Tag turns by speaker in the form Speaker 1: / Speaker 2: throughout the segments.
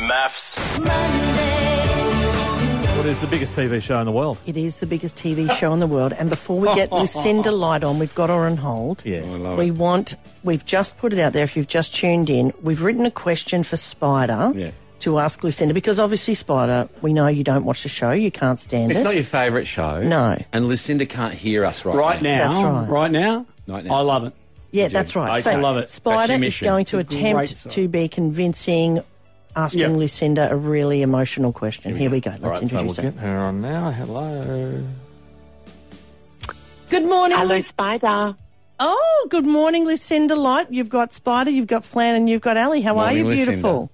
Speaker 1: laughs.
Speaker 2: What is the biggest TV show in the world?
Speaker 3: It is the biggest TV show in the world. And before we get Lucinda Light on, we've got her on hold.
Speaker 2: Yeah. Oh, I love
Speaker 3: we want, we've just put it out there. If you've just tuned in, we've written a question for Spider
Speaker 4: Yeah.
Speaker 3: to ask Lucinda because obviously, Spider, we know you don't watch the show, you can't stand
Speaker 4: It's
Speaker 3: it.
Speaker 4: not your favourite show.
Speaker 3: No.
Speaker 4: And Lucinda can't hear us right,
Speaker 5: Right now.
Speaker 3: That's right.
Speaker 5: Right now.
Speaker 4: Right now.
Speaker 5: I love it.
Speaker 3: yeah, that's right.
Speaker 5: Okay. I love it.
Speaker 4: That's
Speaker 3: Spider
Speaker 4: your
Speaker 3: is
Speaker 4: mission.
Speaker 3: going to
Speaker 5: It's a great
Speaker 3: attempt
Speaker 5: site.
Speaker 3: to be convincing, asking
Speaker 5: Yeah.
Speaker 3: Lucinda a really emotional question. Here we go. Let's
Speaker 2: Right, so we'll
Speaker 3: introduce her.
Speaker 2: get her on now. Hello.
Speaker 3: Good morning, Lucinda.
Speaker 6: Spider.
Speaker 3: Oh, good morning, Lucinda Light. You've got Spider, you've got Flan, and you've got Ali. How
Speaker 4: Morning,
Speaker 3: are you,
Speaker 4: Lucinda.
Speaker 3: beautiful?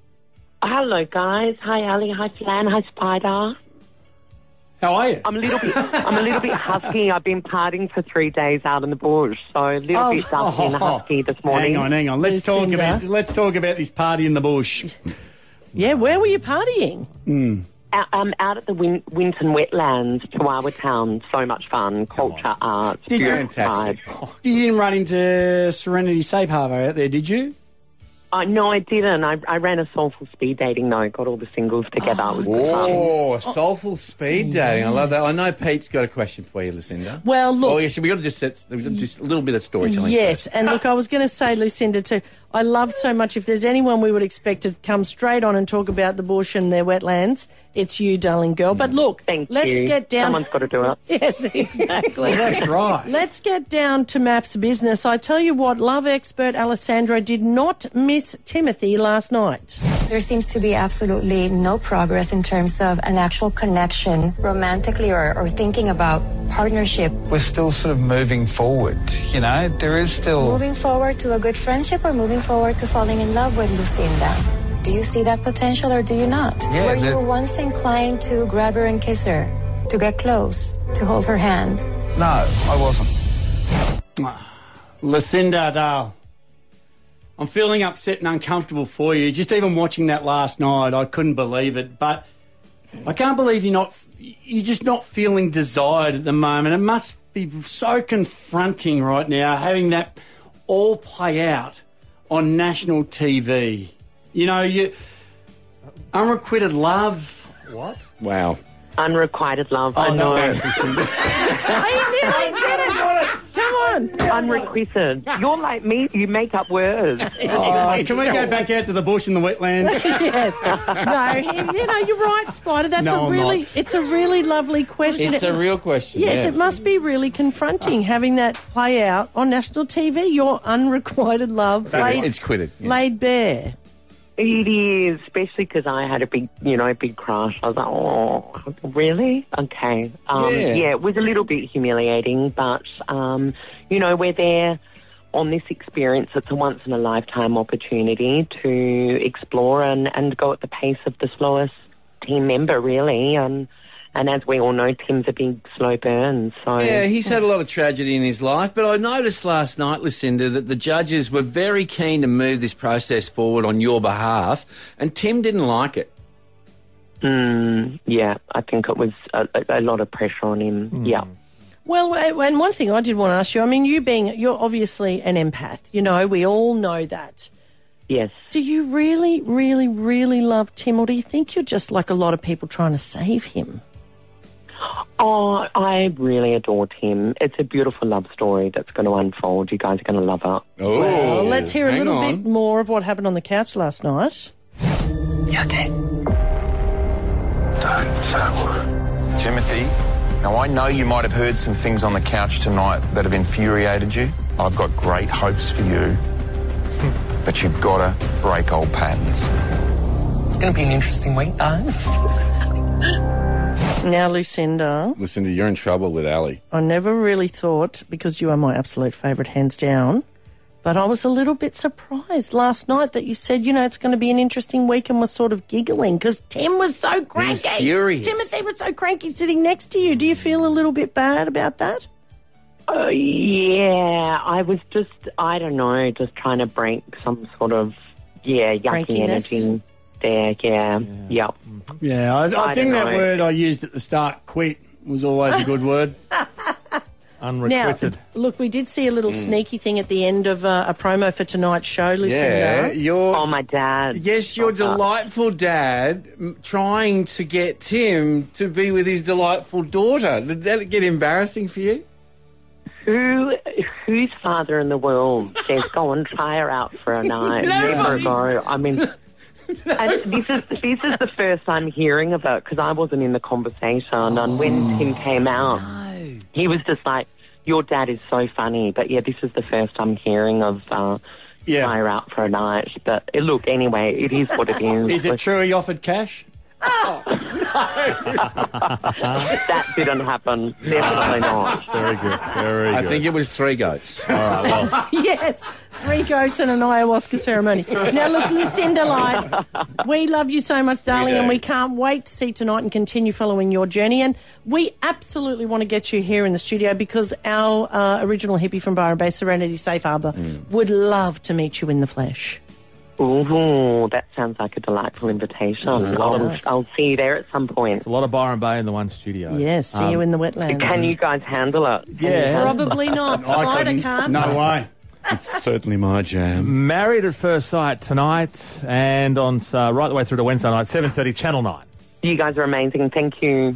Speaker 6: Hello, guys. Hi, Ali. Hi, Flan. Hi, Spider.
Speaker 5: How are you?
Speaker 6: I'm a little bit. I'm a little bit husky. I've been partying for three days out in the bush, so a little bit dusty and husky this morning.
Speaker 5: Hang on, hang on. Let's talk
Speaker 3: Lucinda.
Speaker 5: about let's talk about this party in the bush.
Speaker 3: Yeah, where were you partying?
Speaker 6: Out, um, out at the Win- Winton Wetlands, Chihuahua Town. So much fun. Culture, art.
Speaker 5: Did you-
Speaker 4: Fantastic.
Speaker 5: You didn't run into Serenity Safe Harbor out there, did you?
Speaker 6: Uh, no, I didn't. I, I ran a soulful speed dating though. Got all the singles together. It was fun.
Speaker 4: Oh, soulful speed dating. I love that. I know Pete's got a question for you, Lucinda.
Speaker 3: Well, look-
Speaker 4: Oh, yes, we've got to just, set, we've got to just a little bit of storytelling.
Speaker 3: Yes, and look, I was going to say, Lucinda, too. I love so much. If there's anyone we would expect to come straight on and talk about the bush and their wetlands, it's you, darling girl.
Speaker 4: Mm.
Speaker 3: But look,
Speaker 6: Thank
Speaker 3: let's
Speaker 6: you.
Speaker 3: get down.
Speaker 6: Someone's got to do it.
Speaker 3: yes, exactly.
Speaker 5: That's right.
Speaker 3: Let's get down to maths business. I tell you what, love expert Alessandra did not miss Timothy last night.
Speaker 7: There seems to be absolutely no progress in terms of an actual connection romantically or, or thinking about partnership.
Speaker 8: we're still sort of moving forward. You know, there is still.
Speaker 7: Moving forward to a good friendship or moving forward to falling in love with Lucinda. Do you see that potential or do you not?
Speaker 8: Yeah,
Speaker 7: Were
Speaker 8: the-
Speaker 7: you once inclined to grab her and kiss her, to get close, to hold her hand?
Speaker 8: No, I wasn't.
Speaker 5: Lucinda Dale. I'm feeling upset and uncomfortable for you. Just even watching that last night, I couldn't believe it. But I can't believe you're not you're just not feeling desired at the moment. It must be so confronting right now having that all play out on national TV. You know, you unrequited love.
Speaker 4: Wow.
Speaker 6: Unrequited love. I know.
Speaker 3: I nearly did it. Come on.
Speaker 6: Unrequited. You're like me. You make up words.
Speaker 5: Oh, can we go back out to the bush in the wetlands?
Speaker 3: yes. No, you know, you're right, Spider. That's
Speaker 5: No,
Speaker 3: a
Speaker 5: I'm
Speaker 3: really,
Speaker 5: not.
Speaker 3: it's a really lovely question.
Speaker 4: It's
Speaker 3: It-
Speaker 4: a real question.
Speaker 3: yes, it must be really confronting having that play out on national TV. Your unrequited love laid,
Speaker 4: It's quitted. yeah.
Speaker 3: laid bare.
Speaker 6: It is, especially because I had a big, you know, big crush. I was like, oh, really? Okay. Um,
Speaker 4: Yeah.
Speaker 6: yeah. it was a little bit humiliating, but, um, you know, we're there on this experience. It's a once in a lifetime opportunity to explore and, and go at the pace of the slowest team member, really. And, and as we all know, Tim's a big slow burn. So,
Speaker 4: Yeah, he's had a lot of tragedy in his life, but I noticed last night, Lucinda, that the judges were very keen to move this process forward on your behalf, and Tim didn't like it.
Speaker 6: mm, yeah, I think it was a, a a lot of pressure on him.
Speaker 4: Mm.
Speaker 6: Yeah.
Speaker 3: Well, a- and one thing I did want to ask you. I mean, you being, you're obviously an empath. You know, we all know that.
Speaker 6: Yes.
Speaker 3: Do you really, really, really love Tim, or do you think you're just like a lot of people trying to save him?
Speaker 6: Oh, I really adore Tim. It's a beautiful love story that's going to unfold. You guys are going to love it.
Speaker 4: Oh,
Speaker 3: Well, let's hear a little bit more of what happened on the couch last night.
Speaker 8: Don't say a word. Timothy, now I know you might have heard some things on the couch tonight that have infuriated you. I've got great hopes for you. But you've got to break old patterns.
Speaker 6: It's going to be an interesting week, guys.
Speaker 3: Now, Lucinda,
Speaker 4: Lucinda, you're in trouble with Ali.
Speaker 3: I never really thought, because you are my absolute favourite, hands down, but I was a little bit surprised last night that you said, you know, it's going to be an interesting week and was sort of giggling because Tim was so cranky.
Speaker 4: furious.
Speaker 3: Timothy was so cranky sitting next to you. Do you feel a little bit bad about that?
Speaker 6: Oh, yeah. I was just, I don't know, just trying to break some sort of, yeah, yucky
Speaker 3: Crankiness.
Speaker 6: energy there. Yeah. Yep.
Speaker 5: Yeah, I, I,
Speaker 6: I
Speaker 5: think
Speaker 6: don't
Speaker 5: that
Speaker 6: know.
Speaker 5: word I used at the start, quit, was always a good word.
Speaker 2: Unrequited.
Speaker 3: Now, look, we did see a
Speaker 4: Hmm.
Speaker 3: little sneaky thing at the end of uh, a promo for tonight's show,
Speaker 4: Yeah,
Speaker 3: Lucinda.
Speaker 4: you're.
Speaker 6: Oh, my dad.
Speaker 4: Yes, your
Speaker 6: Stop that.
Speaker 4: delightful dad m- trying to get Tim to be with his delightful daughter. Did that get embarrassing for you?
Speaker 6: Who, whose father in the world says go and try her out for a night? Never
Speaker 4: Nobody.
Speaker 6: go. I mean, and this is this is the first I'm hearing of it because I wasn't in the conversation. And when Tim came out, he was just like, "Your dad is so funny." But yeah, this is the first I'm hearing of. Uh,
Speaker 5: Yeah.
Speaker 6: Try her out for a night. But eh, look, anyway, it is what it is.
Speaker 5: Is it true he offered cash?
Speaker 6: that didn't happen. Definitely not.
Speaker 2: Very good. Very
Speaker 4: I
Speaker 2: good.
Speaker 4: think it was three goats.
Speaker 3: yes, three goats and an ayahuasca ceremony. Now, look, Lucinda Light, we love you so much, darling,
Speaker 4: do.
Speaker 3: and we can't wait to see tonight and continue following your journey. And we absolutely want to get you here in the studio because our uh, original hippie from Byron Bay, Serenity Safe Harbour, would love to meet you in the flesh.
Speaker 6: Ooh, that sounds like a delightful invitation. I'll, I'll see you there at some point.
Speaker 2: a lot of Byron Bay in the one studio.
Speaker 3: Yes, see you in the wetlands.
Speaker 6: Can you guys handle it?
Speaker 2: Yeah.
Speaker 3: Probably not. Spider can't.
Speaker 5: No way.
Speaker 4: Certainly my jam.
Speaker 2: Married at First Sight tonight and on uh, right the way through to Wednesday night, 7.30, Channel 9.
Speaker 6: You guys are amazing. Thank you.